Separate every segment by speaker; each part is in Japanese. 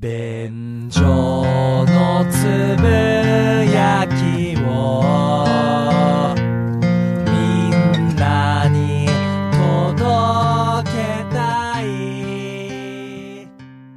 Speaker 1: 便所のつぶやきをみんなに届けたい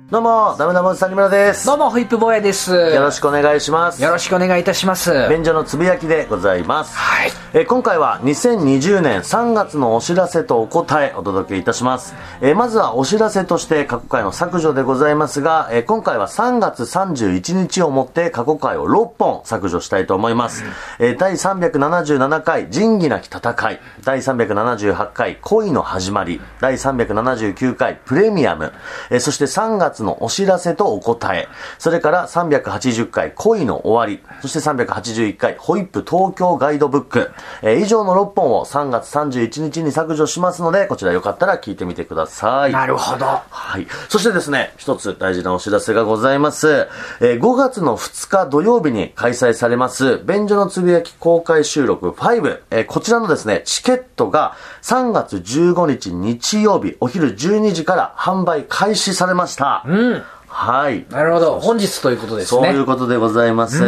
Speaker 2: どうも、ダメダメおじさんにむらです。
Speaker 3: どうも、ホイップ坊やです。
Speaker 2: よ
Speaker 3: よ
Speaker 2: ろしくお願いします。
Speaker 3: ろしくお願いいたします。
Speaker 2: 便所のつぶやきでございます。
Speaker 3: はい。
Speaker 2: えー今回は2020年3月のお知らせとお答えお届けいたします、えーまずはお知らせとして過去回の削除でございますが、えー今回は3月31日をもって過去回を6本削除したいと思います、えー第377回仁義なき戦い第378回恋の始まり第379回プレミアム、えーそして3月のお知らせとお答えそれから380回恋の終わりそして381回ホイップ東京ガイドブック、えー以上の6本を3月31日に削除しますのでこちらよかったら聞いてみてください
Speaker 3: なるほど
Speaker 2: はいそしてですね一つ大事なお知らせがございます、えー5月の2日土曜日に開催されます便所のつぶやき公開収録5、えーこちらのですねチケットが3月15日日曜日お昼12時から販売開始されましたうんはい
Speaker 3: なるほど。本日ということです
Speaker 2: そうい
Speaker 3: ね
Speaker 2: う。ことでございます。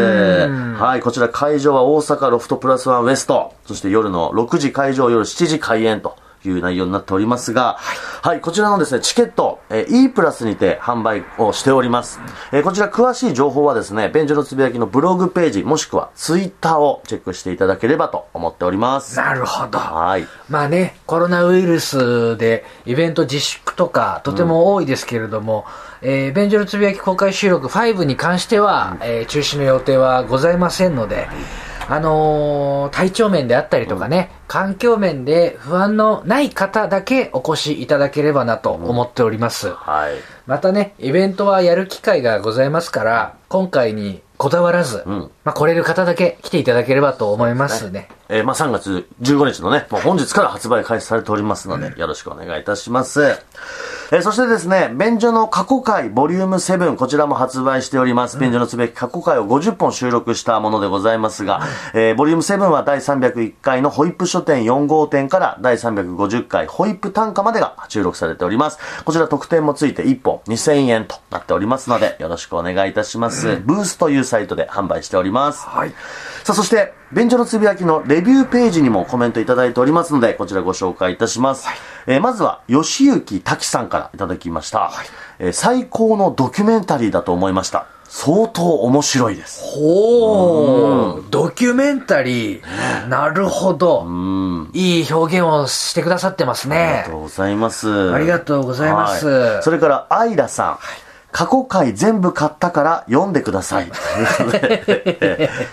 Speaker 2: はい、こちら会場は大阪ロフトプラスワンウエスト、そして夜の6時会場、夜7時開演と。いう内容になっておりますが、はい、こちらのですね、チケット、えー E プラスにて販売をしております。えーこちら詳しい情報はですね、便所のつぶやきのブログページ、もしくはツイッターをチェックしていただければと思っております。
Speaker 3: なるほど。
Speaker 2: はい。
Speaker 3: まあね、コロナウイルスでイベント自粛とかとても多いですけれども、えー、ベンジョルつぶやき公開収録5に関しては、えー中止の予定はございませんので、あのー体調面であったりとかね、環境面で不安のない方だけお越しいただければなと思っております。
Speaker 2: はい。
Speaker 3: またね、イベントはやる機会がございますから、今回にこだわらず、
Speaker 2: ん
Speaker 3: まあ来れる方だけ来ていただければと思いますね。
Speaker 2: えーまあ、3月15日のね、もう本日から発売開始されておりますので、よろしくお願いいたします。えーそしてですね、便所の過去回ボリューム7、こちらも発売しております。便所のつべき過去回を50本収録したものでございますが、えーボリューム7は第301回のホイップ書店4号店から第350回ホイップ単価までが収録されております。こちら特典もついて1本2000円となっておりますので、よろしくお願いいたします。ブースというサイトで販売しております。
Speaker 3: はい。
Speaker 2: さあ、そして、便所のつぶやきのレビューページにもコメントいただいておりますので、こちらご紹介いたします。えーまずは、吉行滝さんからいただきました、えー最高のドキュメンタリーだと思いました。相当面白いです。
Speaker 3: ほう、ドキュメンタリー。なるほど。いい表現をしてくださってます
Speaker 2: あり
Speaker 3: ね
Speaker 2: がと。うございます。
Speaker 3: ありがとうございます
Speaker 2: はそれから、アイラさん。過去回全部買ったから読んでください。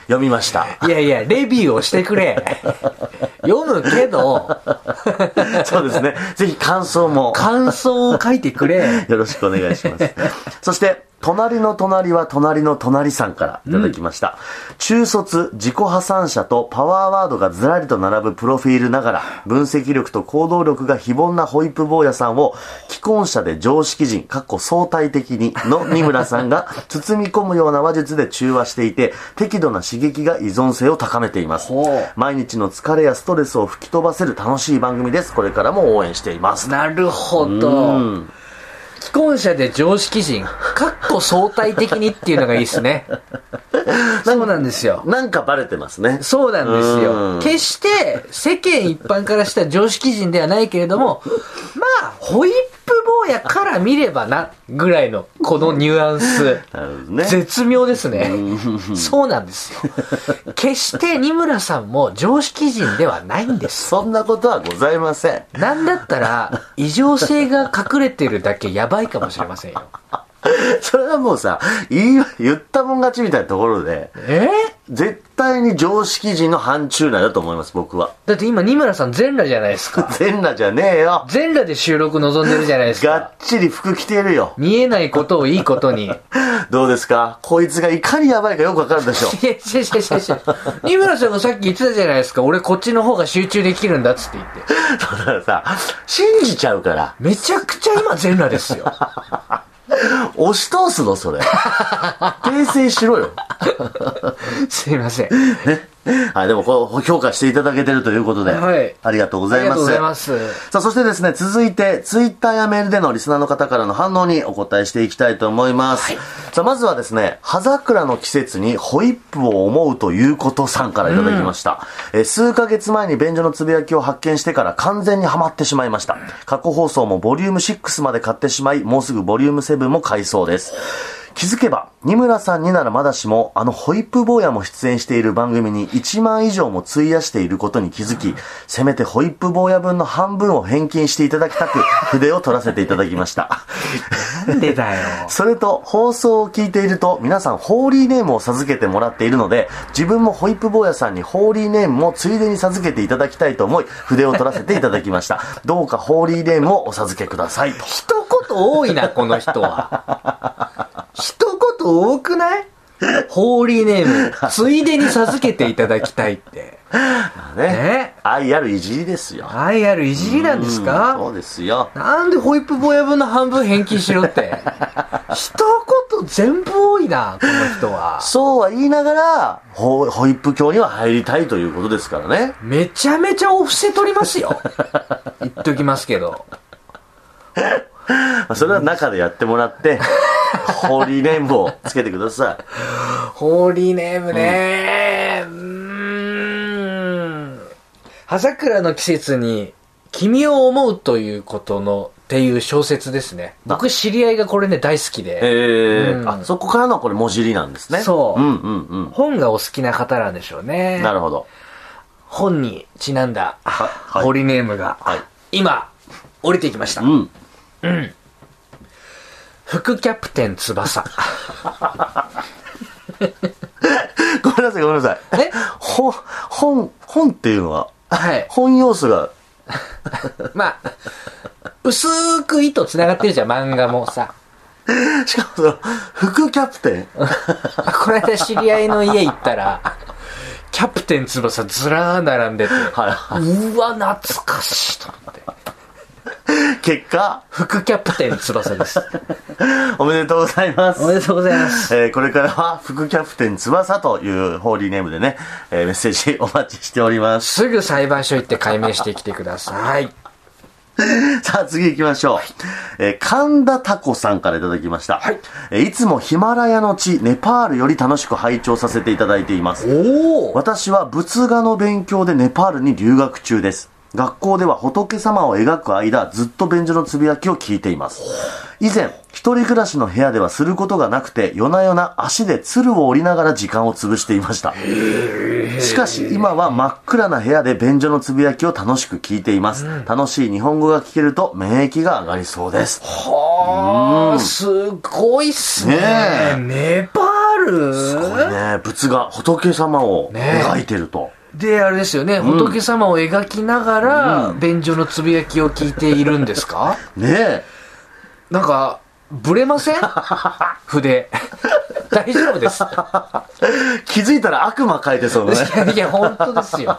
Speaker 2: 読みました。
Speaker 3: いやいや、レビューをしてくれ。 読むけど、
Speaker 2: そうですね。ぜひ感想も。
Speaker 3: 感想を書いてくれ。
Speaker 2: よろしくお願いし ます。そして、隣の隣は隣の隣さんからいただきました。中卒、自己破産者とパワーワードがずらりと並ぶプロフィールながら、分析力と行動力が非凡なホイップ坊やさんを、既婚者で常識人、かっこ相対的にの三村さん が包み込むような話術で中和していて、適度な刺激が依存性を高めています
Speaker 3: ほう。
Speaker 2: 毎日の疲れやストレスを吹き飛ばせる楽しい番組です。これからも応援しています。
Speaker 3: なるほど。既婚者で常識人、かっこ相対的にっていうのがいいです ね。そうなんですよ。
Speaker 2: なんかバレてますね。
Speaker 3: そうなんです
Speaker 2: うん
Speaker 3: よ。決して世間一般からした常識人ではないけれども、まあ、ホイップ坊やから見ればな、ぐらいのこのニュアンス。
Speaker 2: なるほどね。
Speaker 3: 絶妙ですね。そうなんですよ。決して二村さんも常識人ではないんです。
Speaker 2: そんなことはございません。
Speaker 3: なんだったら、異常性が隠れてるだけやばいかもしれませんよ。
Speaker 2: それはもうさ、言い、言ったもん勝ちみたいなところで、
Speaker 3: え
Speaker 2: 絶対に常識人の範疇内だと思います、僕は。
Speaker 3: だって今二村さん全裸じゃないですか。
Speaker 2: 全裸じゃねえよ。
Speaker 3: 全裸で収録望んでるじゃないです
Speaker 2: が
Speaker 3: か
Speaker 2: っ。ちり服着てるよ。
Speaker 3: 見えないことをいいことに。
Speaker 2: どうですかこいつがいかにやばいかよくわかるでしょ。
Speaker 3: いや、違う違う違う違う。二村さんがさっき言ってたじゃないですか。俺こっちの方が集中できるんだっつって言って。
Speaker 2: だからさ、信じちゃうから、
Speaker 3: めちゃくちゃ今全裸ですよ。
Speaker 2: 押し通すの、それ。訂正しろよ。
Speaker 3: すいません。
Speaker 2: はい、でもこう評価していただけてるということで、
Speaker 3: はい
Speaker 2: ありがとうござい
Speaker 3: あり
Speaker 2: ま
Speaker 3: がとうご
Speaker 2: す
Speaker 3: ざいます
Speaker 2: さあそしてですね続いてツイッターやメールでのリスナーの方からの反応にお答えしていきたいと思います、さあまずはですね葉桜の季節にホイップを思うということさんからいただきました、えー数ヶ月前に便所のつぶやきを発見してから完全にはまってしまいました過去放送もボリューム6まで買ってしまいもうすぐボリューム7も買いそうです気づけば、二村さんにならまだしも、あのホイップ坊やも出演している番組に1万以上も費やしていることに気づき、せめてホイップ坊や分の半分を返金していただきたく、筆を取らせていただきま した。
Speaker 3: なんでだよ。
Speaker 2: それと、放送を聞いていると、皆さん、ホーリーネームを授けてもらっているので、自分もホイップ坊やさんにホーリーネームもついでに授けていただきたいと思い、筆を取らせていただきました。どうかホーリーネームをお授けください。と。
Speaker 3: 一言多いな、この人は。一言多くないホーリーネーム、ついでに授けていただきたいって。
Speaker 2: ね
Speaker 3: ね。
Speaker 2: 愛あるいじりですよ。
Speaker 3: 愛あるいじりなんです
Speaker 2: うんそ
Speaker 3: か
Speaker 2: うですよ。
Speaker 3: なんでホイップ坊や分の半分返金しろって。一言全部多いな、この人は。
Speaker 2: そうは言いながら、ホホイップ教には入りたいということですからね。
Speaker 3: めちゃめちゃお布施取ります よ。言っときますけど。
Speaker 2: まあそれは中でやってもらって、 ホーリーレインボーつけてくださ
Speaker 3: ホーリーネームねうーん。葉桜の季節に君を思うということのっていう小説ですね。僕知り合いがこれね大好き
Speaker 2: い。え
Speaker 3: で、
Speaker 2: え
Speaker 3: うん
Speaker 2: あ、そこからのこれ、文字入りなんですね。
Speaker 3: そう
Speaker 2: うんうんうん。
Speaker 3: 本がお好きな方なんでしょうね。
Speaker 2: なるほど。
Speaker 3: 本にちなんだ、
Speaker 2: はい
Speaker 3: ホーリーネームが、
Speaker 2: はい
Speaker 3: 今降りてきました。
Speaker 2: うん。
Speaker 3: 副キャプテン 翼。
Speaker 2: ごめんなさい、ごめんなさい。
Speaker 3: え
Speaker 2: 本、本、本っていうのは、
Speaker 3: はい。
Speaker 2: 本要素が、
Speaker 3: まあ、薄く糸繋がってるじゃん、漫画もさ。
Speaker 2: しかもその、副キャプテン。
Speaker 3: この間知り合いの家行ったら、キャプテン翼ずらー並んでて、
Speaker 2: は
Speaker 3: うわ、懐かしいと思って。
Speaker 2: い。結果、
Speaker 3: 副キャプテン翼です。
Speaker 2: おめでとうございます。
Speaker 3: おめでとうございます。
Speaker 2: えーこれからは副キャプテン翼というホーリーネームでね、えーメッセージお 待ちしております。
Speaker 3: すぐ裁判所行って解明してきてください。
Speaker 2: さあ次行きましょう。えー神田タコさんからいただきました。
Speaker 3: はい。
Speaker 2: えーいつもヒマラヤの地、ネパールより楽しく拝聴させていただいています。
Speaker 3: おお
Speaker 2: 私は仏画の勉強でネパールに留学中です学校では仏様を描く間ずっと便所のつぶやきを聞いています以前一人暮らしの部屋ではすることがなくて夜な夜な足で鶴を折りながら時間を潰していましたしかし今は真っ暗な部屋で便所のつぶやきを楽しく聞いています、楽しい日本語が聞けると免疫が上がりそうです
Speaker 3: はあ、すごいっすね。
Speaker 2: ねえ
Speaker 3: ネパ
Speaker 2: こ
Speaker 3: ー
Speaker 2: れ
Speaker 3: ル
Speaker 2: ね仏画仏様を
Speaker 3: ね
Speaker 2: 描いてると、
Speaker 3: で、あれですよね、仏様を描きながら、便所のつぶやきを聞いているんですか
Speaker 2: ねえ
Speaker 3: なんか、ブレま せん筆。大丈夫です。
Speaker 2: 気づいたら悪魔描いてそうだね
Speaker 3: いや、本当ですよ。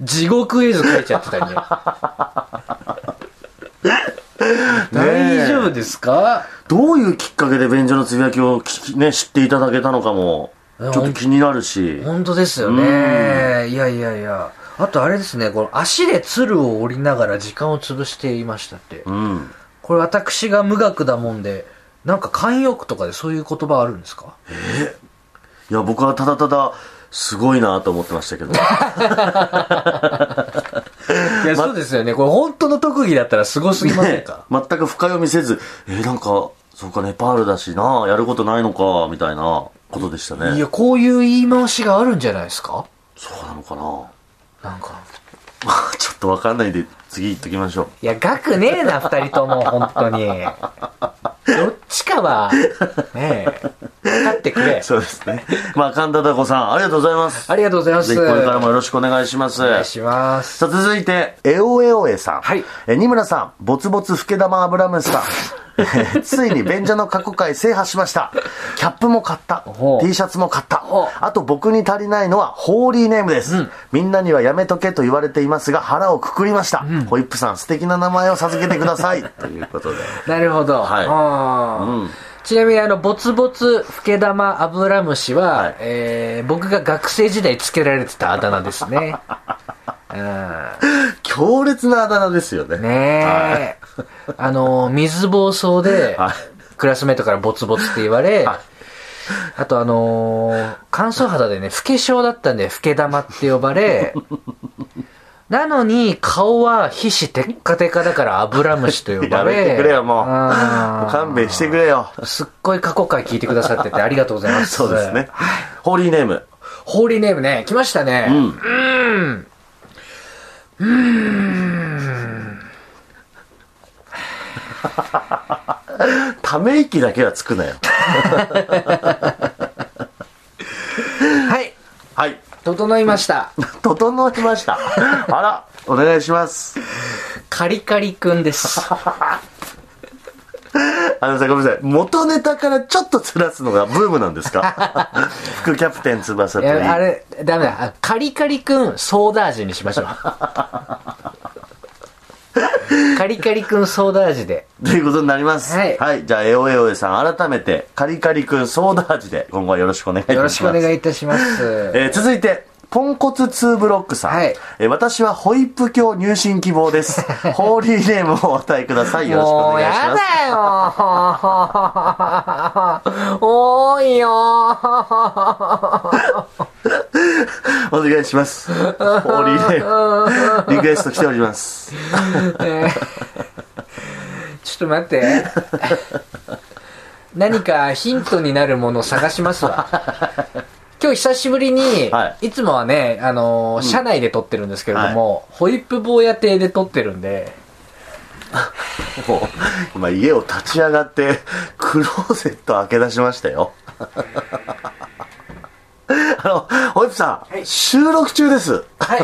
Speaker 3: 地獄絵図描いちゃってたね。大丈夫ですか
Speaker 2: どういうきっかけで便所のつぶやきを聞き、ね、知っていただけたのかも、ち
Speaker 3: う
Speaker 2: ょ
Speaker 3: ん
Speaker 2: っと気になるし。
Speaker 3: 本当ですよね。いやいやいや。あとあれですね、この足で鶴を折りながら時間を潰していましたって。
Speaker 2: うん。
Speaker 3: これ私が無学だもんで、なんか慣用句とかでそういう言葉あるんですか
Speaker 2: いや、僕はただただ、すごいなと思ってましたけ ど。
Speaker 3: いや、そうですよね。これ本当の特技だったらすごすぎませんか、
Speaker 2: 全く深読みせず、えーなんか、そうか、ネパールだしなやることないのか、みたいなことでした
Speaker 3: い
Speaker 2: ね。
Speaker 3: や、こういう言い回しがあるんじゃないですか
Speaker 2: そうな のかな
Speaker 3: なんか。
Speaker 2: ちょっとわかんないんで、次行っときましょう。
Speaker 3: いや、額ねえな、二人とも、本当に。どっちかは、ねえ、分かって くれ。
Speaker 2: そうですね。まあ、神田太子さん、ありがとうございます。
Speaker 3: ありがとうございます。
Speaker 2: ぜひこれからもよろしくお願いします。
Speaker 3: お願いします。
Speaker 2: さあ、続いて、エオエオエさん。
Speaker 3: はい
Speaker 2: えー、二村さん、ボツボツふけ玉油虫 さん。えーついに便所の過去回制覇しました。キャップも買った
Speaker 3: ほ。う
Speaker 2: T シャツも買った
Speaker 3: ほう。
Speaker 2: あと僕に足りないのはホーリーネームです。みんなにはやめとけと言われていますが腹をくくりました。ホイ ップさん素敵な名前を授けてください。ということで。
Speaker 3: なるほど。
Speaker 2: はい
Speaker 3: あー
Speaker 2: うん
Speaker 3: ちなみにあの、ぼつぼつ、ふけ玉、アブラムシは、
Speaker 2: はい
Speaker 3: えー僕が学生時代つけられてたあだ名で すね。うん、
Speaker 2: 強烈なあだ名ですよね。
Speaker 3: ねえ、あの、水暴走で
Speaker 2: はい、
Speaker 3: クラスメートからボツボツって言われ、
Speaker 2: はい
Speaker 3: あとあのー乾燥肌でね、老け症だったんで、老け玉って呼 ばれ、なのに、顔は皮脂テッカテカだから油虫と呼 ば
Speaker 2: や
Speaker 3: れ。
Speaker 2: めてくれよ、もう。
Speaker 3: あー
Speaker 2: もう勘弁してくれよ。
Speaker 3: すっごい過去回聞いてくださっててありがとうございま す。
Speaker 2: そうですね。。ホーリーネーム。
Speaker 3: ホーリーネームね、来ましたね。
Speaker 2: うん。ため息だけはつ くなよ。
Speaker 3: はい。
Speaker 2: はい。
Speaker 3: 整いました。
Speaker 2: 整いま した。あら、お願いします。
Speaker 3: カリカリくんです。
Speaker 2: あのさ、ごめんなさい。元ネタからちょっとずらすのがブームなんです か副キャプテン翼
Speaker 3: い
Speaker 2: といい。
Speaker 3: や、あれ、ダメだ。あカリカリくん、ソーダ味にしま しょう。カリカリくん、ソーダ味で。
Speaker 2: ということになります。
Speaker 3: はい
Speaker 2: じゃあ、エオエオエさん、改めて、カリカリくんソーダ味で、今後はよろしくお願いいたし
Speaker 3: よ
Speaker 2: ま
Speaker 3: ろ
Speaker 2: す。
Speaker 3: しくお願いいたします。
Speaker 2: えー続いて、ポンコツ2ブロックさん。
Speaker 3: はい
Speaker 2: えー私はホイップ教入信希望 です。ホーリーネームをお与えください。よろしくお
Speaker 3: もう
Speaker 2: 願
Speaker 3: や
Speaker 2: いします。
Speaker 3: だ よ多いよ
Speaker 2: お願いします。 ホーリーネーム、リクエスト来ております。
Speaker 3: ねえちょっと待って。何かヒントになるものを探しますわ。今日久しぶりに、、
Speaker 2: はい
Speaker 3: つもはね、あのー車内で撮ってるんですけれども、ホイップ坊や邸で撮ってるんで、
Speaker 2: もう、今家を立ち上がって、クローゼット開け出しましたよ。 あの、ホイップさん、
Speaker 3: はい
Speaker 2: 収録中です。
Speaker 3: はい。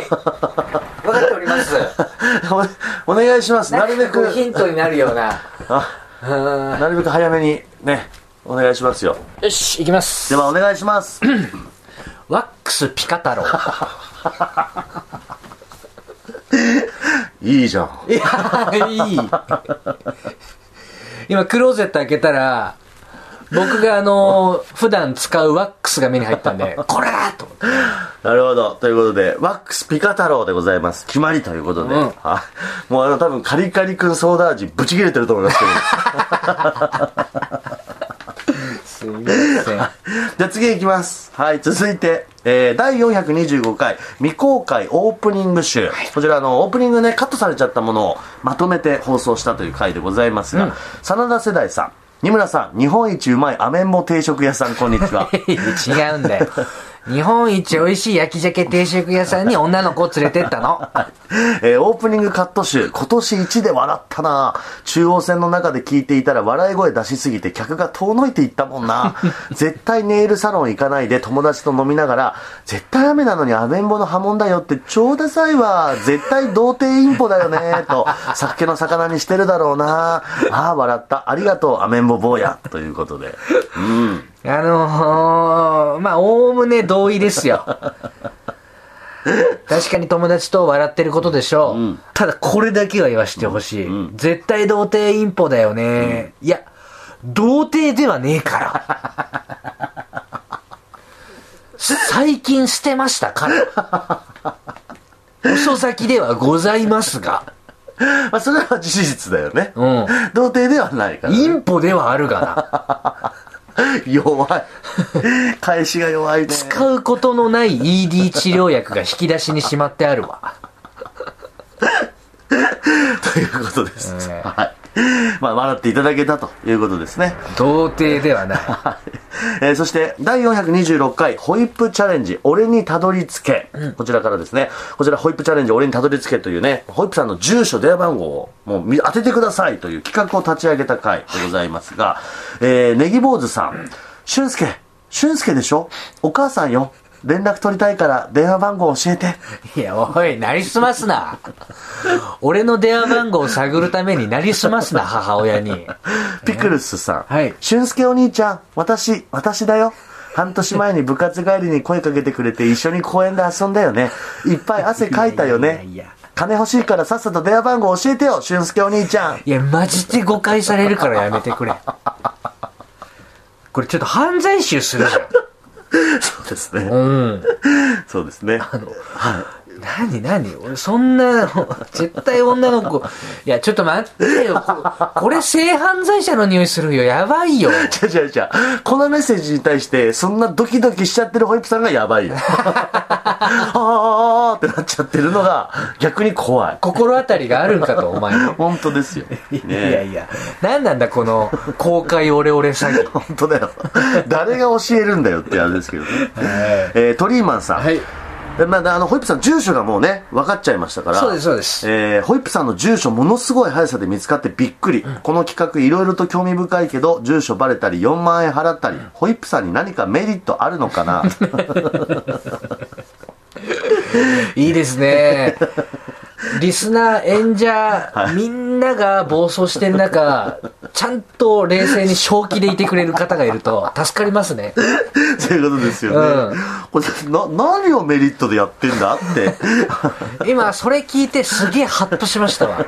Speaker 3: 分かっております。
Speaker 2: おお願いします。なるべく、
Speaker 3: ヒントになるような。
Speaker 2: あなるべく早めにね、お願いしますよ。
Speaker 3: よし、いきます
Speaker 2: で。はお願いします。
Speaker 3: ワックスピカ太郎。
Speaker 2: いいじゃん。
Speaker 3: いや、いい。今、クローゼット開けたら、僕があのー普段使うワックスが目に入ったんで、これだと思って。
Speaker 2: なるほど。ということで、ワックスピカ太郎でございます。決まりということで。
Speaker 3: うん
Speaker 2: あもうあの、多分カリカリ君ソーダ味ぶち切れてると思いますけど。
Speaker 3: すいません。
Speaker 2: じゃあ次行きます。はい、続いて、えー、第425回未公開オープニング集。こちらあの、オープニングね、カットされちゃったものをまとめて放送したという回でございますが、真田世代さん、二村さん、日本一うまいアメンボ定食屋さん、こんに ちは。
Speaker 3: 違うんだよ。日本一美味しい焼き鮭定食屋さんに女の子を連れてったの。
Speaker 2: えーオープニングカット集、今年1で笑ったな中央線の中で聞いていたら笑い声出しすぎて客が遠のいていったもん な絶対ネイルサロン行かないで友達と飲みながら、絶対雨なのにアメンボの波紋だよってちょうださいわ絶対童貞インポだよねと、酒の魚にしてるだろうなああ、笑った。ありがとう、アメンボ坊や。ということで。うん。
Speaker 3: あのー、まあ、おおむね同意ですよ。確かに友達と笑ってることでしょう。ただ、これだけは言わせてほしい、絶対童貞インポだよね。いや、童貞ではねえから。最近捨てましたから。遅咲きではございますが。
Speaker 2: まあ、それは事実だよね。
Speaker 3: うん。
Speaker 2: 童貞ではないからね、
Speaker 3: インポではあるがな。
Speaker 2: 弱い。返しが弱いね。
Speaker 3: 使うことのない ED 治療薬が引き出しにしまってあるわ。
Speaker 2: ということです。
Speaker 3: ええ
Speaker 2: はい。まあ、笑っていただけたということですね。
Speaker 3: 童貞ではない。
Speaker 2: えーそして、第426回、ホイップチャレンジ、俺にたどり着け。こちらからですね、こちら、ホイップチャレンジ、俺にたどり着けというね、ホイップさんの住所、電話番号を、もう見、当ててくださいという企画を立ち上げた回でございますが、えー、ネギ坊主さん、俊介、俊介でしょお母さんよ。連絡取りたいから、電話番号教えて。
Speaker 3: いや、おい、なりすますな。俺の電話番号を探るためになりすますな、母親に。
Speaker 2: ピクルスさん。
Speaker 3: はい
Speaker 2: 俊介お兄ちゃん、私、私だよ。半年前に部活帰りに声かけてくれて一緒に公園で遊んだ よね。いっぱい汗かいたよね。
Speaker 3: いやいやいや
Speaker 2: 金欲しいからさっさと電話番号 教えてよ、俊介お兄ちゃん。
Speaker 3: いや、マジで誤解されるからやめてくれ。これちょっと犯罪集するじ
Speaker 2: そうですね
Speaker 3: ゃん。。うん。
Speaker 2: そうですね。
Speaker 3: 何何俺そんなの、絶対女の子。いや、ちょっと待ってよ。ここれ性犯罪者の匂いするよ。やばいよ。
Speaker 2: じゃじゃじゃこのメッセージに対して、そんなドキドキしちゃってるホイップさんがやば いよ。あーってなっちゃってるのが、逆に 怖い。
Speaker 3: 心当たりがあるんかと、お前に。
Speaker 2: 本当ですよ。ね
Speaker 3: いや
Speaker 2: え。
Speaker 3: いや、何なんだこの公開オレオレ詐欺。
Speaker 2: 本当だよ。誰が教えるんだよってあれですけどね。えー、トリーマンさん。
Speaker 3: はい。
Speaker 2: えまあ、あの、ホイップさん、住所がもうね、分かっちゃいましたから。
Speaker 3: そうですそうです
Speaker 2: えーホイップさんの住所、ものすごい速さで見つかってびっくり。この企画、いろいろと興味深いけど、住所バレたり、4万円払ったり、ホイップさんに何かメリットあるのかな
Speaker 3: いいですね。リスナー、演者、みんなが暴走してる中、ちゃんと冷静に正気でいてくれる方がいると助かりますね。
Speaker 2: そういうことですよね。これな、何をメリットでやってんだ って。
Speaker 3: 今、それ聞いてすげえハッとしましたわ。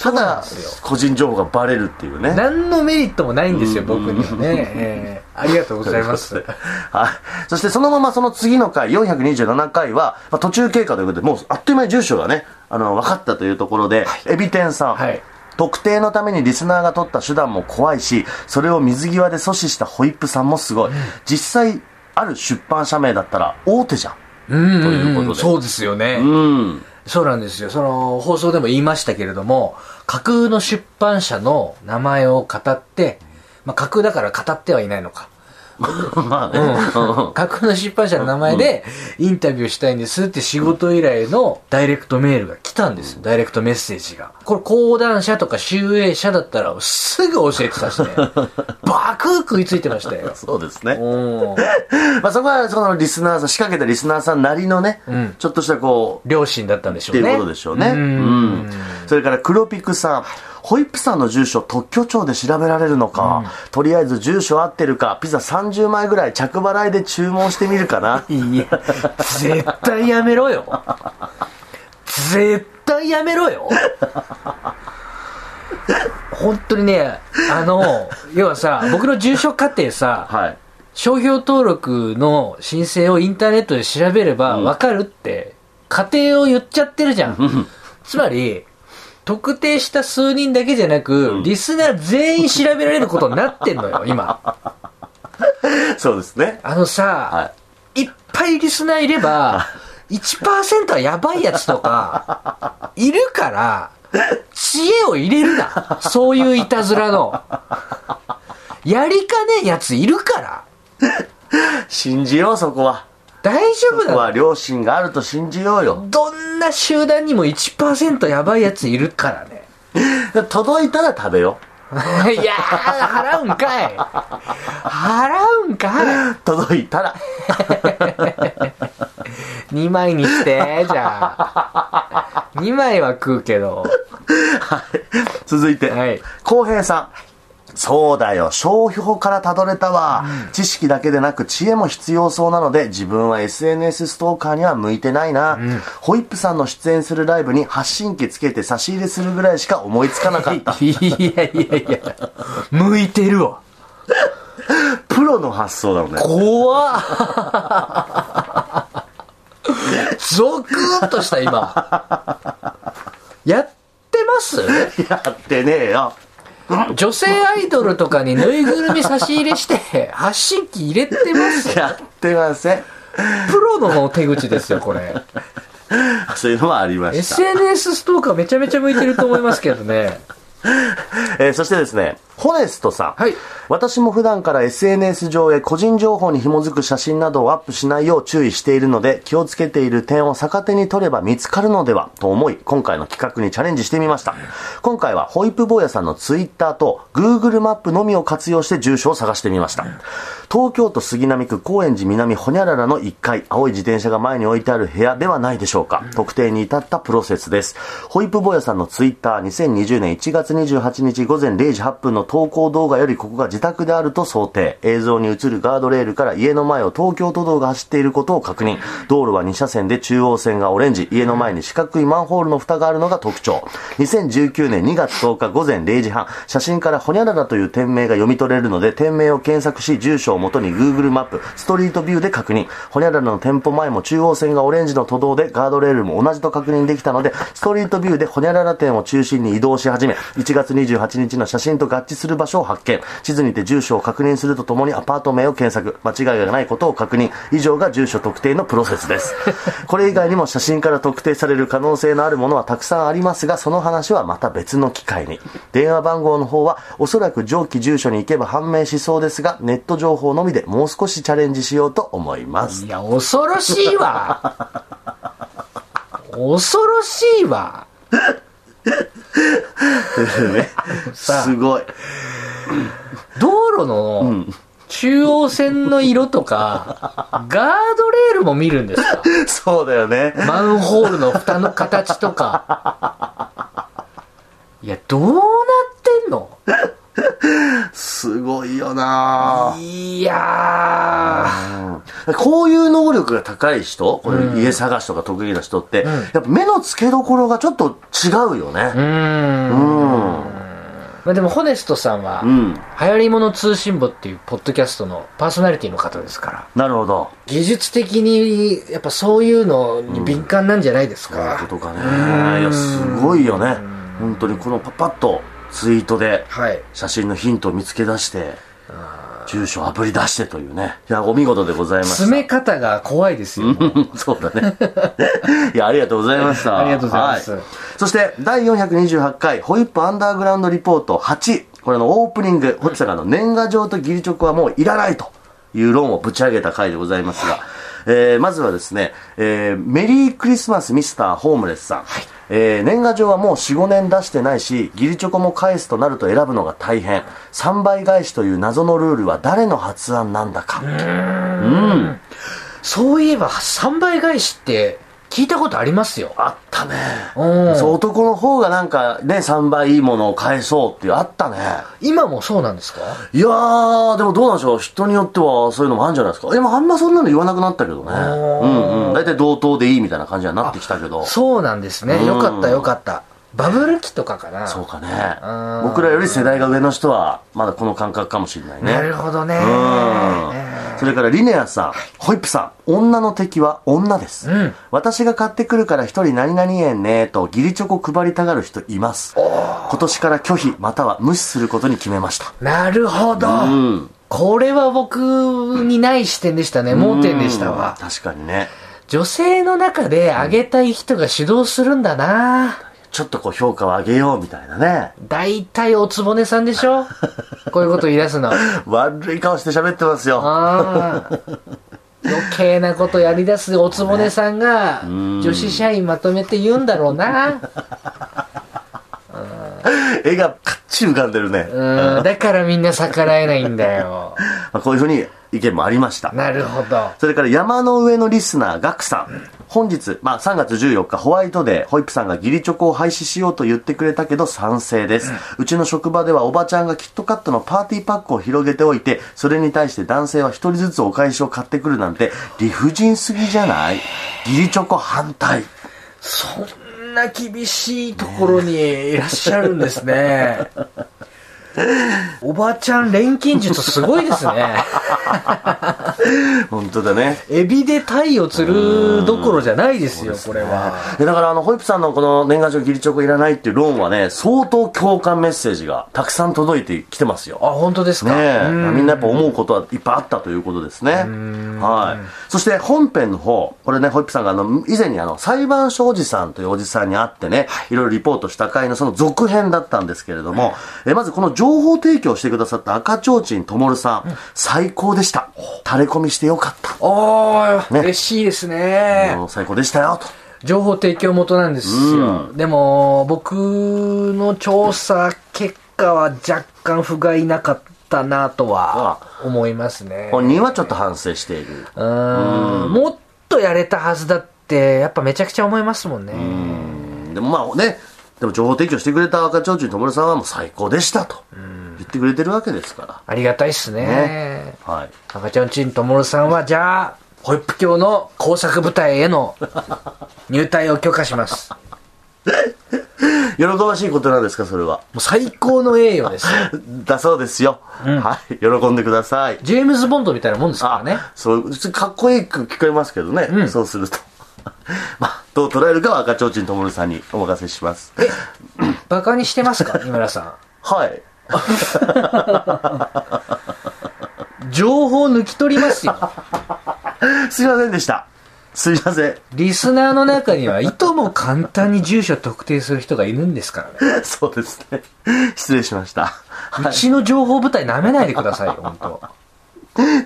Speaker 2: ただ、個人情報がバレるっていうね。
Speaker 3: 何のメリットもないんですよ、僕には ね。えーありがとうございます。
Speaker 2: はい。そしてそのままその次の回、427回は、まあ、途中経過ということで、もうあっという間に住所がね、あの、分かったというところで、エビ天さん。
Speaker 3: はい
Speaker 2: 特定のためにリスナーが取った手段も怖いし、それを水際で阻止したホイップさんもすごい。実際、ある出版社名だったら大手じゃん。
Speaker 3: うん
Speaker 2: ということで
Speaker 3: そうですよね。
Speaker 2: うん。
Speaker 3: そうなんですよ。その、放送でも言いましたけれども、架空の出版社の名前を語って、まあ、架空だから語ってはいないのか。
Speaker 2: まあね。。
Speaker 3: 架空の出版社の名前で、インタビューしたいんですって仕事依頼のダイレクトメールが来たんですよ。ダイレクトメッセージが。これ、講談社とか集英社だったら、すぐ教えて たしね。バクー食いついてま したよ
Speaker 2: そうですね。
Speaker 3: おー
Speaker 2: まあそこは、そのリスナーさん、仕掛けたリスナーさんなりのね、
Speaker 3: ん
Speaker 2: ちょっとしたこう、
Speaker 3: 両親だったんでし
Speaker 2: っ
Speaker 3: ょ
Speaker 2: て
Speaker 3: う
Speaker 2: い
Speaker 3: ね。
Speaker 2: うことでしょうね。う
Speaker 3: うん。
Speaker 2: ん。それから、黒ピクさん。ホイップさんの住所、特許庁で調べられるのか。とりあえず住所合ってるか、ピザ30枚ぐらい着払いで注文してみるかな
Speaker 3: いや、絶対やめろよ。絶対やめろよ。本当にね、あの、要はさ、僕の住所家庭さ、
Speaker 2: はい。
Speaker 3: 商標登録の申請をインターネットで調べればわかるって、家庭を言っちゃってるじゃん。つまり、特定した数人だけじゃなく、リスナー全員調べられることになってんのよ、今。
Speaker 2: そうですね。
Speaker 3: あのさ、、
Speaker 2: はい
Speaker 3: っぱいリスナーいれ ば、1%はやばいやつとか、いるから、知恵を入れるな。そういういたずらの。やりかねえやついるから。
Speaker 2: 信じよう、そこは。
Speaker 3: 大丈夫
Speaker 2: そこ
Speaker 3: な
Speaker 2: は
Speaker 3: の
Speaker 2: 両親があると信じようよ。
Speaker 3: どんな集団にも1%やばいやついるからね。
Speaker 2: 届いたら食べよ。
Speaker 3: いやー、払うんかい。払うんかいう
Speaker 2: 届いたら。
Speaker 3: !2 枚にして、じゃあ。2枚は食うけど。
Speaker 2: 続いて、
Speaker 3: はい
Speaker 2: 浩平さんそうだよ商標からたどれたわ、知識だけでなく知恵も必要そうなので自分は SNS ストーカーには向いてないな、ホイップさんの出演するライブに発信機つけて差し入れするぐらいしか思いつかなかった
Speaker 3: いやいやいや、向いてるわ。
Speaker 2: プロの発想だもんね
Speaker 3: 怖っ。ゾクッとした、今。やってます
Speaker 2: やってねえよ
Speaker 3: 女性アイドルとかにぬいぐるみ差し入れして、発信機入れてます
Speaker 2: やってません
Speaker 3: プロの手口ですよ、これ。
Speaker 2: そういうのもありました
Speaker 3: SNS ストーカーめちゃめちゃ向いてると思いますけどね。
Speaker 2: えーそしてですね、ホネストさん。
Speaker 3: はい
Speaker 2: 私も普段から SNS 上へ個人情報に紐づく写真などをアップしないよう注意しているので、気をつけている点を逆手に取れば見つかるのではと思い、今回の企画にチャレンジしてみました。今回はホイップ坊やさんのツイッターと Google マップのみを活用して住所を探してみました。東京都杉並区高円寺南ホニャララの1階、青い自転車が前に置いてある部屋ではないでしょうか。特定に至ったプロセスです。ホイップ坊やさんのツイッター2020年1月28日午前0時8分の投稿動画よりここが自宅であると想定。映像に映るガードレールから家の前を東京都道が走っていることを確認。道路は2車線で中央線がオレンジ、家の前に四角いマンホールの蓋があるのが特徴。2019年2月10日午前0時半、写真からホニャララという店名が読み取れるので、店名を検索し、住所をもとに Google マップ、ストリートビューで確認。ホニャララの店舗前も中央線がオレンジの都道で、ガードレールも同じと確認できたので、ストリートビューでホニャララ店を中心に移動し始め、1月28日の写真と合致する場所を発見。地図にて住所を確認するとともにアパート名を検索。間違いがないことを確認。以上が住所特定のプロセス です。これ以外にも写真から特定される可能性のあるものはたくさんありますが、その話はまた別の機会に。電話番号の方は、おそらく上記住所に行けば判明しそうですが、ネット情報のみでもう少しチャレンジしようと思います。
Speaker 3: いや、恐ろしいわ。恐ろしいわ。さあ
Speaker 2: すごい。
Speaker 3: 道路の中央線の色とか、ガードレールも見るんですか
Speaker 2: そうだよね。
Speaker 3: マンホールの蓋の形とか。いや、どうなってんの
Speaker 2: すごいよない
Speaker 3: やー。
Speaker 2: こういう能力が高い人、こういう家探しとか得意な人って、
Speaker 3: ん
Speaker 2: やっぱ目の付けどころがちょっと違うよ
Speaker 3: う
Speaker 2: ね。
Speaker 3: ー。
Speaker 2: うんん。
Speaker 3: まあ、でも、ホネストさんは、
Speaker 2: うん。
Speaker 3: 流行り物通信簿っていうポッドキャストのパーソナリティの方ですから。
Speaker 2: なるほど。
Speaker 3: 技術的にやっぱそういうのに敏感なんじゃないです
Speaker 2: こ
Speaker 3: か、
Speaker 2: とかね。いや、すごいよね。本当にこのパパッとツイートで
Speaker 3: はい
Speaker 2: 写真のヒントを見つけ出して、住所をあぶり出してというね。いや、お見事でございました。
Speaker 3: 詰め方が怖いですよ、
Speaker 2: うんそうだね。いや、ありがとうございました。
Speaker 3: ありがとうございます
Speaker 2: はそして、第428回、ホイップアンダーグラウンドリポート8。これのオープニング、ホチさんがあの年賀状と義理チョコはもういらないという論をぶち上げた回でございますが、えーまずはですね、えーメリークリスマスミスターホームレスさん。えー年賀状はもう4、5年出してないし、義理チョコも返すとなると選ぶのが大変。3倍返しという謎のルールは誰の発案なんだか。
Speaker 3: そういえば3倍返しって聞いたことありますよ
Speaker 2: あったね。
Speaker 3: うん
Speaker 2: そう男の方がなんかね3倍いいものを返そうっていうあったね
Speaker 3: 今もそうなんですか
Speaker 2: いやーでもどうなんでしょう人によってはそういうのもあるんじゃないですかでもあんまそんなの言わなくなったけどね
Speaker 3: ー
Speaker 2: うんうん大体同等でいいみたいな感じにはなってきたけどそ
Speaker 3: そうなんですねよかったよかったバブル期とかかな
Speaker 2: うかね
Speaker 3: あー
Speaker 2: 僕らより世代が上の人はまだこの感覚かもしれないね
Speaker 3: なるほどね
Speaker 2: うんそれからリネアさん、ホイップさん、女の敵は女です。
Speaker 3: うん
Speaker 2: 私が買ってくるから一人何々円ねと義理チョコ配りたがる人います。今年から拒否または無視することに決めました。
Speaker 3: なるほど、
Speaker 2: うん。
Speaker 3: これは僕にない視点でしたね盲点でしたわ
Speaker 2: うん確かにね。
Speaker 3: 女性の中であげたい人が主導するんだな、
Speaker 2: ちょっとこう評価を上げようみたいなね。
Speaker 3: 大体おつぼねさんでし ょこういうこと言い出すの。あ
Speaker 2: 悪い顔して喋ってますよ。
Speaker 3: あー。余計なことやり出すおつぼねさんが、女子社員まとめて言うんだろうな。
Speaker 2: 絵がかっちり浮かんでるね。
Speaker 3: うん、だからみんな逆らえないんだよ。
Speaker 2: まあこういうふうに意見もありました。
Speaker 3: なるほど。
Speaker 2: それから山の上のリスナー、ガクさん。本日、まあ3月14日ホワイトデー、ホイップさんがギリチョコを廃止しようと言ってくれたけど賛成です。うちの職場ではおばちゃんがキットカットのパーティーパックを広げておいて、それに対して男性は一人ずつお返しを買ってくるなんて理不尽すぎじゃないギリチョコ反対。
Speaker 3: そんな厳しいところにいらっしゃるんです ね。おばちゃん錬金術すごいですね。
Speaker 2: 本当だね。
Speaker 3: エビで鯛を釣るどころじゃないですよ、これは。
Speaker 2: でだからあの、ホイップさんのこの年賀状ギリチョコいらないっていう論はね、相当共感メッセージがたくさん届いてきてますよ。
Speaker 3: あ、本当です
Speaker 2: ね
Speaker 3: か。
Speaker 2: え
Speaker 3: うん
Speaker 2: みんなやっぱ思うことはいっぱいあったということですね。はい。そして本編の方、これね、ホイップさんがあの、以前にあの、裁判所おじさんというおじさんに会ってね、いろいろリポートした回のその続編だったんですけれども、えまずこの情報提供してくださった赤ちょうちんともるさん、最高でした。垂れ込みしてよかった。
Speaker 3: おー、
Speaker 2: ね
Speaker 3: 嬉しいです
Speaker 2: あ
Speaker 3: ね。
Speaker 2: の最高でしたよ、と。
Speaker 3: 情報提供元なんですよ。でも、僕の調査結果は若干不甲斐なかったなとは思いますね。
Speaker 2: 本人はちょっと反省している。
Speaker 3: うーんもっとやれたはずだって、やっぱめちゃくちゃ思いますもんね。
Speaker 2: でもまあね、でも情報提供してくれた赤ちょうちんともるさんはもう最高でしたと言ってくれてるわけですか
Speaker 3: ありがたいっすね。
Speaker 2: ら。ね。はい。
Speaker 3: 赤ちゃんチンともるさんは、じゃあ、ホイップ教の工作部隊へ の入隊を許可します。も
Speaker 2: 喜ばしいことなんですか、それは。
Speaker 3: う最高の栄誉ですよ。
Speaker 2: だそうですよ。はい。喜んでください。
Speaker 3: ジェームズ・ボンドみたいなもんですから
Speaker 2: あ
Speaker 3: ね。
Speaker 2: そう、普通かっこいいく聞こえますけどね。そうすると。 まあ、どう捉えるかは赤ちょうちんともるさんにお任せします。
Speaker 3: バカにしてます か二村さ
Speaker 2: はい。
Speaker 3: ん。情報抜き取りますよ。
Speaker 2: すいませんでした。すいません。
Speaker 3: リスナーの中には、いとも簡単に住所特定する人がいるんですからね。
Speaker 2: そうですね。失礼しました。
Speaker 3: うちの情報部隊舐めないでください よ、本当。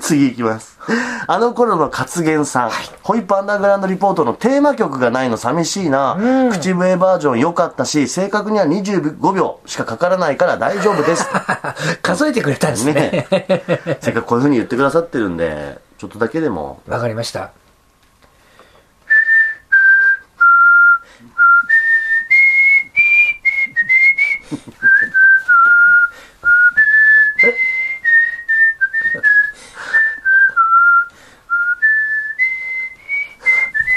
Speaker 2: 次行きます。あの頃の活言さん、ホイップアンダーグラウンドリポートのテーマ曲がないの寂しいな。口笛バージョン良かったし、正確には25秒しかかからないから大丈夫です。
Speaker 3: 数えてくれたんですね
Speaker 2: ね。せっかくこういう風に言ってくださってるんで、ちょっとだけでも。
Speaker 3: わかりました。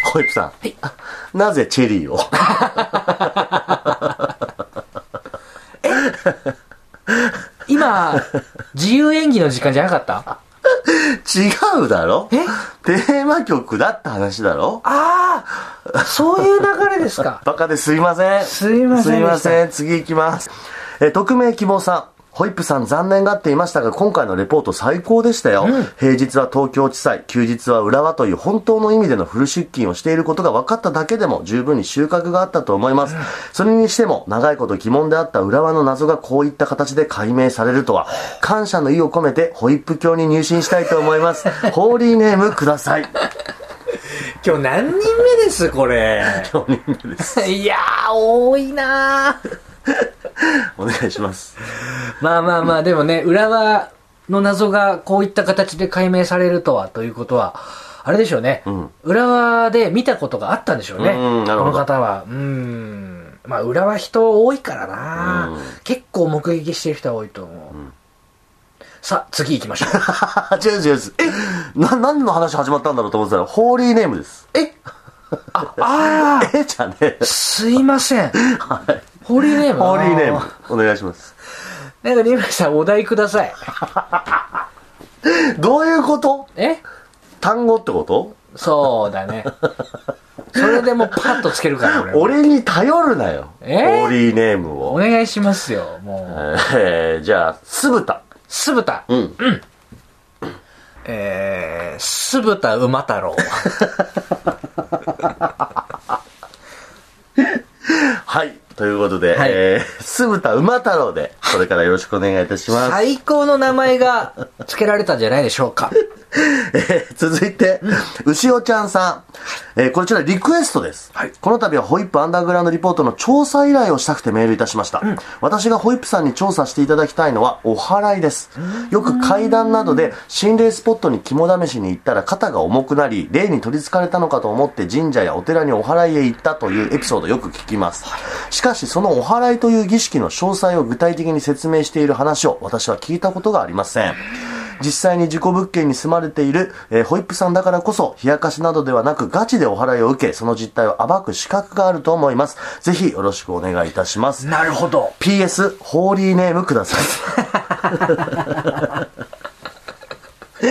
Speaker 2: ホイップさん、 なぜチェリーを
Speaker 3: 今、自由演技の時間じゃなかったあ
Speaker 2: 違うだろ
Speaker 3: え
Speaker 2: テーマ曲だって話だろ
Speaker 3: あ そういう流れですか。
Speaker 2: バカですいません。
Speaker 3: すいませんでした
Speaker 2: すいません。次行きます。えー、匿名希望さん。ホイップさん残念がっていましたが、今回のレポート最高でしたよ。平日は東京地裁、休日は浦和という本当の意味でのフル出勤をしていることが分かっただけでも十分に収穫があったと思います。それにしても、長いこと疑問であった浦和の謎がこういった形で解明されるとは、感謝の意を込めてホイップ教に入信したいと思い ます。ホーリーネームください。
Speaker 3: 今日何人目です、こ れ。
Speaker 2: 4人目です。
Speaker 3: いやー、多いなー。
Speaker 2: お願いします。
Speaker 3: まあまあまあ、でもね、浦和の謎がこういった形で解明されるとは、ということは、あれでしょうね。浦和で見たことがあったんでしょうね。
Speaker 2: うんなる
Speaker 3: こ
Speaker 2: ほど
Speaker 3: の方は。うん。まあ、浦和人多いからな、結構目撃してる人は多いと思う。さあ、次行きましょ う。
Speaker 2: あ、違う違う違う。えな、何の話始まったんだろうと思ってたら、ホーリーネームです。
Speaker 3: えあ、あー
Speaker 2: えじゃあ ね。
Speaker 3: すいません。ホーリーネーム
Speaker 2: ホーリーネ
Speaker 3: あ
Speaker 2: ーム。お願いします。
Speaker 3: なんか、リムさん、お題ください。
Speaker 2: どういうこと
Speaker 3: え
Speaker 2: 単語ってこと
Speaker 3: そうだね。それでもうパッとつけるから、俺。
Speaker 2: 俺に頼るなよ。
Speaker 3: え
Speaker 2: ホーリーネーム
Speaker 3: お
Speaker 2: を。
Speaker 3: 願いしますよ、もう。
Speaker 2: えー、じゃあ、酢豚。
Speaker 3: 酢豚。うんん。えー、酢豚馬太郎。
Speaker 2: はい。ということで、
Speaker 3: はい
Speaker 2: えー、酢豚馬太郎で、これからよろしくお願いいたします。
Speaker 3: 最高の名前が付けられたんじゃないでしょうか。
Speaker 2: えー 続いて、牛尾ちゃんさん。えーこちらリクエストです。この度はホイップアンダーグラウンドリポートの調査依頼をしたくてメールいたしました。私がホイップさんに調査していただきたいのはお祓いです。よく階段などで心霊スポットに肝試しに行ったら肩が重くなり、霊に取り憑かれたのかと思って神社やお寺にお祓いへ行ったというエピソードよく聞きます。しかしそのお祓いという儀式の詳細を具体的に説明している話を私は聞いたことがありません。実際に事故物件に住まれている、えーホイップさんだからこそ、冷やかしなどではなくガチでお払いを受け、その実態を暴く資格があると思います。ぜひよろしくお願いいたします。
Speaker 3: なるほど。
Speaker 2: PS、ホーリーネームくださ い。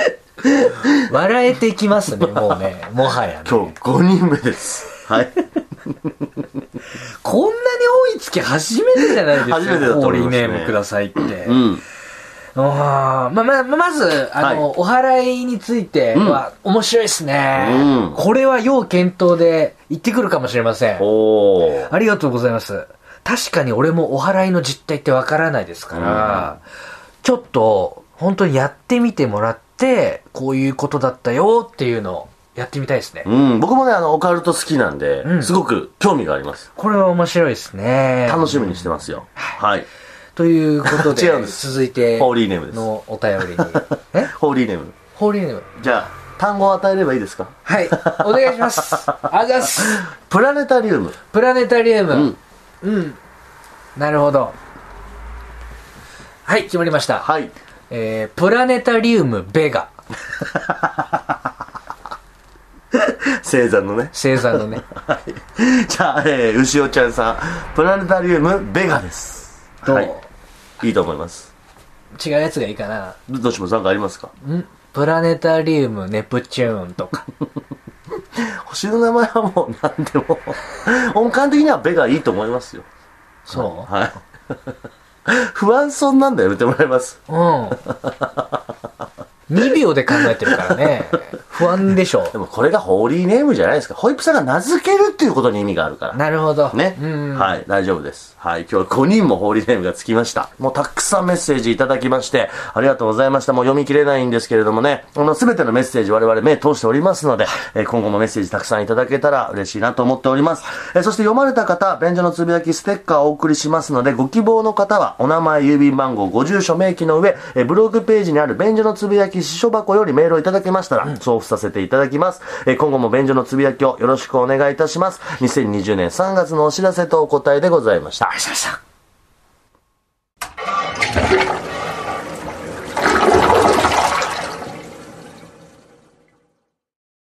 Speaker 3: 笑えてきますね、もうね。もはやね。
Speaker 2: 今日5人目です。はい。
Speaker 3: こんなに多い月初めてじゃないですか。
Speaker 2: 初めてだと思いますね
Speaker 3: ホーリーネームくださいって。
Speaker 2: うん。
Speaker 3: あーまあまあ、まず、あの、
Speaker 2: はい
Speaker 3: お祓いについては、面白いですね、
Speaker 2: うん
Speaker 3: これは要検討で行ってくるかもしれません。
Speaker 2: おー。
Speaker 3: ありがとうございます。確かに俺もお祓いの実態ってわからないですから、ちょっと、本当にやってみてもらって、こういうことだったよっていうのをやってみたいですね。
Speaker 2: うん、僕もね、あの、オカルト好きなんで、
Speaker 3: ん
Speaker 2: すごく興味があります。
Speaker 3: これは面白いですね。
Speaker 2: 楽しみにしてますよ。はい。
Speaker 3: ということ で、
Speaker 2: 違うんです
Speaker 3: 続いて
Speaker 2: ホーリーネームです
Speaker 3: のお便りに。 え
Speaker 2: ホーリーネーム。
Speaker 3: ホーリーネーム
Speaker 2: じゃあ、単語を与えればいいですか
Speaker 3: はい、お願いします。あざっす。
Speaker 2: プラネタリウム。
Speaker 3: プラネタリウム。
Speaker 2: うん。
Speaker 3: うん。なるほど。はい、決まりました。
Speaker 2: はい。
Speaker 3: えー、プラネタリウムベガ。
Speaker 2: 星座のね。
Speaker 3: 星座 のね。
Speaker 2: はい。 じゃあ、えー、牛尾ちゃんさん、プラネタリウム、ベガです。
Speaker 3: どう、
Speaker 2: はい。いいと思います。
Speaker 3: 違うやつがいいかな。
Speaker 2: どどうしますなんかありますか
Speaker 3: んプラネタリウムネプチューンとか。
Speaker 2: 星の名前はもう何でも、 音感的にはベガいいと思いますよ。
Speaker 3: そ
Speaker 2: はい。 不安そうなんだよ、やめてもらいます。
Speaker 3: う うん。2秒で考えてるからね。不安でしょ
Speaker 2: で。もこれがホーリーネームじゃないですか。ホイップさんが名付けるっていうことに意味があるから。
Speaker 3: なるほど。
Speaker 2: ね
Speaker 3: う。ん。
Speaker 2: はい、大丈夫です。はい、今日は5人もホーリーネームがつきました。もうたくさんメッセージいただきまして、ありがとうございました。もう読み切れないんですけれどもね、あの、すべてのメッセージ我々目通しておりますので、えー今後もメッセージたくさんいただけたら嬉しいなと思っております。えーそして読まれた方、便所のつぶやきステッカーをお送りしますので、ご希望の方は、お名前、郵便番号、ご住所、名記の上、えーブログページにある便所のつぶやき支所箱よりメールをいただけましたら、送付させていただきます。えー今後も便所のつぶやきをよろしくお願いいたします。2020年3月のお知らせとお答えでございました。ありがとうございました。